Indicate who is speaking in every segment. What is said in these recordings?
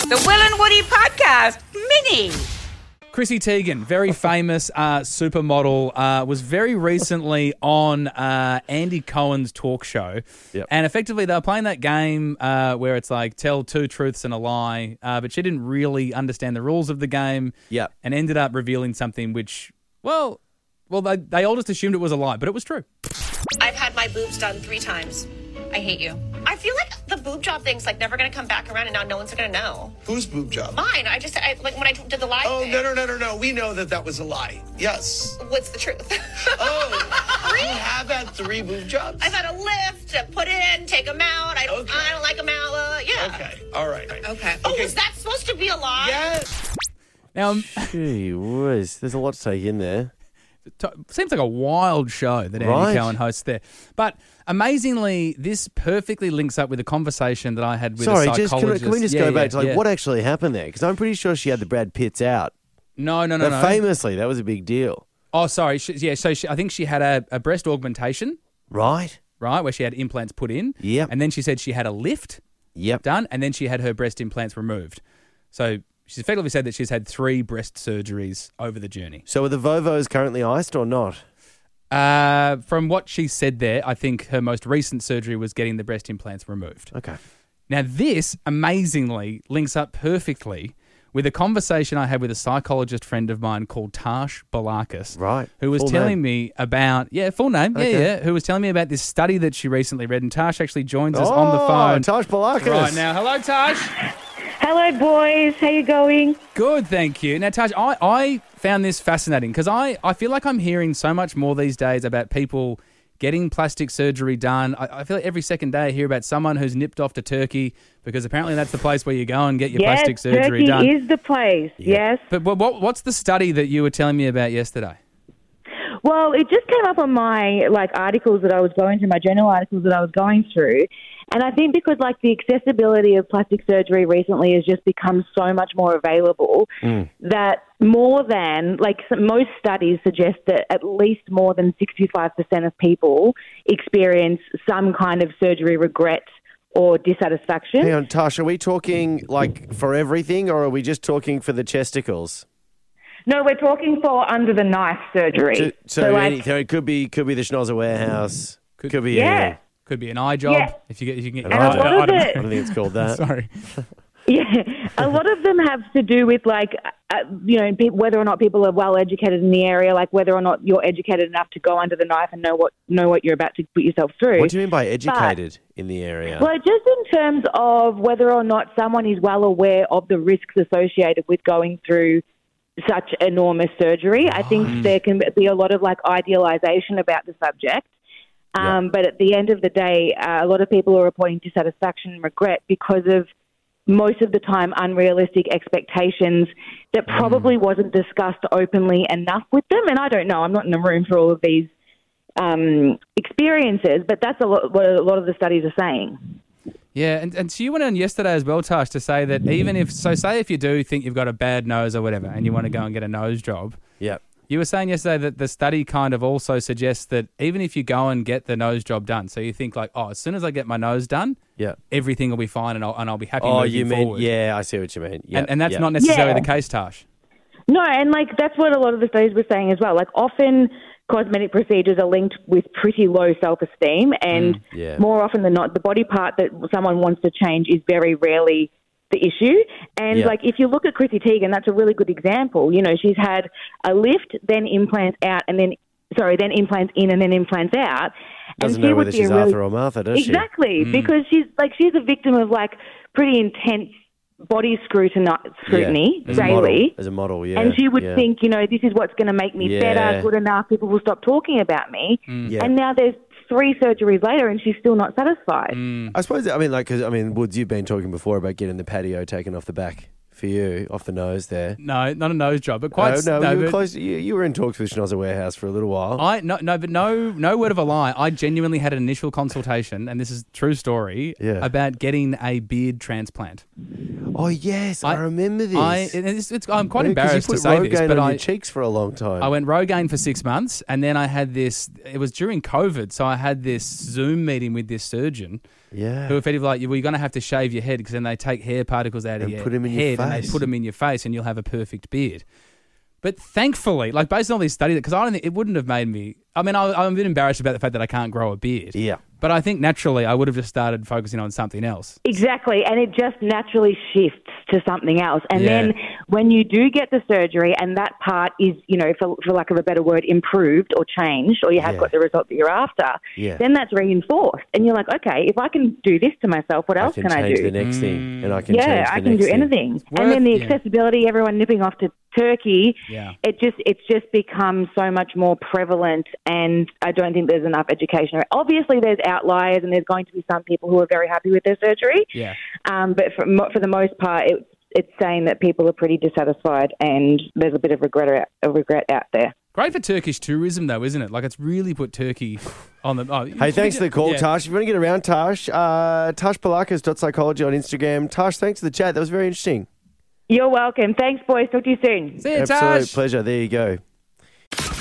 Speaker 1: The Will and Woody Podcast Mini.
Speaker 2: Chrissy Teigen, very famous uh, supermodel, uh, was very recently on uh, Andy Cohen's talk show.
Speaker 3: Yep.
Speaker 2: And effectively, they were playing that game uh, where it's like tell two truths and a lie, uh, but she didn't really understand the rules of the game
Speaker 3: Yep.
Speaker 2: and ended up revealing something which, well, well, they, they all just assumed it was a lie, but it was true.
Speaker 4: I've had my boobs done three times. I hate you. I feel like the boob job thing's like never gonna come back around, and now no one's gonna know.
Speaker 5: Whose boob job?
Speaker 4: Mine. I just I, like when I did the live.
Speaker 5: Oh,
Speaker 4: thing,
Speaker 5: no, no, no, no, no. We know that that was a lie. Yes.
Speaker 4: What's the truth?
Speaker 5: Oh, you have had three boob jobs?
Speaker 4: I've had a lift, to put in, take them out. I don't,
Speaker 5: Okay.
Speaker 4: I don't like them out. Uh, yeah.
Speaker 5: Okay. All right.
Speaker 4: Okay. Oh, was that supposed to be a lie?
Speaker 5: Yes.
Speaker 2: Now, um,
Speaker 3: Gee whiz, there's a lot to take in there.
Speaker 2: t- seems like a wild show that Andy
Speaker 3: Right.
Speaker 2: Cohen hosts there. But amazingly, this perfectly links up with a conversation that I had with
Speaker 3: Sorry,
Speaker 2: a
Speaker 3: just
Speaker 2: psychologist.
Speaker 3: can, we- can we just
Speaker 2: Yeah,
Speaker 3: go
Speaker 2: yeah,
Speaker 3: back to like
Speaker 2: yeah.
Speaker 3: what actually happened there? Because I'm pretty sure she had the Brad Pitts out.
Speaker 2: No, no, no,
Speaker 3: But
Speaker 2: no.
Speaker 3: famously, that was a big deal,
Speaker 2: Oh, sorry. She, yeah, so she, I think she had a, a breast augmentation,
Speaker 3: right?
Speaker 2: right, where she had implants put in.
Speaker 3: Yep.
Speaker 2: And then she said she had a lift
Speaker 3: Yep.
Speaker 2: done, and then she had her breast implants removed. So she's effectively said that she's had three breast surgeries over the journey.
Speaker 3: So are the Vovos currently iced or not?
Speaker 2: Uh, from what she said there, I think her most recent surgery was getting the breast implants removed.
Speaker 3: Okay.
Speaker 2: Now, this amazingly links up perfectly with a conversation I had with a psychologist friend of mine called Tash Balakis.
Speaker 3: Right.
Speaker 2: Who was
Speaker 3: Full
Speaker 2: telling
Speaker 3: name.
Speaker 2: me about, yeah, full name. Yeah,
Speaker 3: Okay.
Speaker 2: yeah. Who was telling me about this study that she recently read. And Tash actually joins us on the phone
Speaker 3: Taj Oh, Balakis.
Speaker 2: right now. Hello, Tash.
Speaker 6: Hello, boys. How you going?
Speaker 2: Good, thank you. Now, Tash, I, I found this fascinating because I, I feel like I'm hearing so much more these days about people getting plastic surgery done. I, I feel like every second day I hear about someone who's nipped off to Turkey because apparently that's the place where you go and get your
Speaker 6: yes,
Speaker 2: plastic surgery
Speaker 6: Turkey
Speaker 2: done.
Speaker 6: is the place. Yes.
Speaker 2: But what, what, what's the study that you were telling me about yesterday?
Speaker 6: Well, it just came up on my like articles that I was going through, my journal articles that I was going through, and I think because like the accessibility of plastic surgery recently has just become so much more available
Speaker 3: Mm.
Speaker 6: that more than like s- most studies suggest that at least more than 65% of people experience some kind of surgery regret or dissatisfaction.
Speaker 3: Hang on, Tash, are we talking like for everything or are we just talking for the chesticles?
Speaker 6: No, we're talking for under the knife surgery.
Speaker 3: So, so,
Speaker 6: like,
Speaker 3: any- so it could be could be the Schnozzer warehouse. Could, be
Speaker 6: yeah.
Speaker 2: Could be an eye job
Speaker 6: Yeah.
Speaker 2: if you get if you can get
Speaker 3: An
Speaker 2: your
Speaker 3: eye
Speaker 2: eye
Speaker 3: job.
Speaker 2: job.
Speaker 6: I don't
Speaker 3: I don't think it's called that.
Speaker 2: Sorry.
Speaker 6: Yeah, a lot of them have to do with like, uh, you know, pe- whether or not people are well educated in the area, like whether or not you're educated enough to go under the knife and know what know what you're about to put yourself through.
Speaker 3: What do you mean by educated in the area?
Speaker 6: well, just in terms of whether or not someone is well aware of the risks associated with going through such enormous surgery, I think there can be a lot of like idealization about the subject. Um, But at the end of the day, uh, a lot of people are reporting dissatisfaction and regret because of most of the time unrealistic expectations that probably wasn't discussed openly enough with them. And I don't know, I'm not in the room for all of these um, experiences, but that's a lot, what a lot of the studies are saying.
Speaker 2: Yeah, and, and so you went on yesterday as well, Tash, to say that even if so, say if you do think you've got a bad nose or whatever, and you want to go and get a nose job,
Speaker 3: yep.
Speaker 2: you were saying yesterday that the study kind of also suggests that even if you go and get the nose job done, so you think like, oh, as soon as I get my nose done,
Speaker 3: Yeah.
Speaker 2: everything will be fine, and I'll and I'll be happy.
Speaker 3: Oh,
Speaker 2: moving
Speaker 3: you mean
Speaker 2: forward.
Speaker 3: yeah, I see what you mean. Yep,
Speaker 2: and, and that's
Speaker 3: yep.
Speaker 2: not necessarily
Speaker 6: Yeah.
Speaker 2: the case, Tash.
Speaker 6: No, and like that's what a lot of the studies were saying as well. Like often cosmetic procedures are linked with pretty low self esteem, and
Speaker 3: Mm, yeah.
Speaker 6: more often than not, the body part that someone wants to change is very rarely the issue. And
Speaker 3: Yeah.
Speaker 6: like if you look at Chrissy Teigen, that's a really good example. You know, she's had a lift, then implants out, and then sorry, then implants in, and then implants out.
Speaker 3: doesn't
Speaker 6: and she
Speaker 3: know
Speaker 6: would
Speaker 3: whether
Speaker 6: be a
Speaker 3: she's
Speaker 6: really-
Speaker 3: Arthur or Martha, does she?
Speaker 6: Exactly, because she's like she's a victim of like pretty intense body scrutiny,
Speaker 3: Yeah,
Speaker 6: scrutiny
Speaker 3: as a model-
Speaker 6: daily.
Speaker 3: as a model, yeah.
Speaker 6: And she would
Speaker 3: yeah.
Speaker 6: think, you know, this is what's going to make me
Speaker 3: Yeah. Mm.
Speaker 6: better, good enough, people will stop talking about me.
Speaker 3: Yeah.
Speaker 6: And now there's three surgeries later and she's still not satisfied.
Speaker 3: Mm. I suppose. I mean, like, 'cause, I mean, Woods, you've been talking before about getting the patio taken off the back for you off the nose there.
Speaker 2: No, not a nose job, but quite.
Speaker 3: no, no, you were
Speaker 2: but-
Speaker 3: close. You, you were in talks with Schnozzer Warehouse for a little while.
Speaker 2: I no no but no no word of a lie. I genuinely had an initial consultation, and this is true story
Speaker 3: Yeah.
Speaker 2: about getting a beard transplant.
Speaker 3: oh yes, I, remember this.
Speaker 2: I and it's, it's, I'm quite
Speaker 3: Yeah, 'cause
Speaker 2: embarrassed
Speaker 3: you
Speaker 2: to
Speaker 3: put
Speaker 2: say
Speaker 3: Rogaine
Speaker 2: this, but
Speaker 3: on
Speaker 2: I
Speaker 3: your cheeks for a long time.
Speaker 2: I went Rogaine for six months, and then I had this. It was during COVID, so I had this Zoom meeting with this surgeon.
Speaker 3: Yeah.
Speaker 2: Who effectively like, well, you're going to have to shave your head because then they take hair particles out of
Speaker 3: And
Speaker 2: your
Speaker 3: put 'em in your
Speaker 2: head and they
Speaker 3: face.
Speaker 2: put them in your face, and you'll have a perfect beard. But thankfully, like based on all these studies, because I don't think it wouldn't have made me. I mean, I, I'm a bit embarrassed about the fact that I can't grow a beard.
Speaker 3: Yeah.
Speaker 2: But I think naturally, I would have just started focusing on something else.
Speaker 6: Exactly, and it just naturally shifts to something else. And
Speaker 2: Yeah.
Speaker 6: then when you do get the surgery, and that part is, you know, for, for lack of a better word, improved or changed, or you have
Speaker 3: Yeah.
Speaker 6: got the result that you're after,
Speaker 3: Yeah.
Speaker 6: then that's reinforced. And you're like, okay, if I can do this to myself, what
Speaker 3: I
Speaker 6: else
Speaker 3: can
Speaker 6: can, I
Speaker 3: change
Speaker 6: do?
Speaker 3: the next thing, and I can
Speaker 6: Mm. yeah,
Speaker 3: change the
Speaker 6: I can
Speaker 3: next
Speaker 6: do
Speaker 3: thing.
Speaker 6: anything.
Speaker 2: worth-
Speaker 6: and then the
Speaker 2: yeah.
Speaker 6: accessibility, everyone nipping off to Turkey,
Speaker 2: Yeah.
Speaker 6: it just it's just become so much more prevalent and I don't think there's enough education. Obviously there's outliers and there's going to be some people who are very happy with their surgery.
Speaker 2: Yeah.
Speaker 6: Um, but for, mo- for the most part it, it's saying that people are pretty dissatisfied and there's a bit of regret out, of regret out there.
Speaker 2: Great for Turkish tourism, though, isn't it? Like it's really put Turkey on the. Oh,
Speaker 3: Hey, thanks for the call,
Speaker 2: Yeah.
Speaker 3: Tash. If you want to get around Tash, uh, TashPalakas.psychology on Instagram. Tash, thanks for the chat. That was very interesting.
Speaker 6: You're welcome. Thanks boys. Talk to you soon.
Speaker 2: See you,
Speaker 3: Absolute
Speaker 2: Tash.
Speaker 3: pleasure. There you go.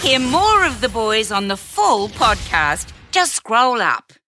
Speaker 7: Hear more of the boys on the full podcast. Just scroll up.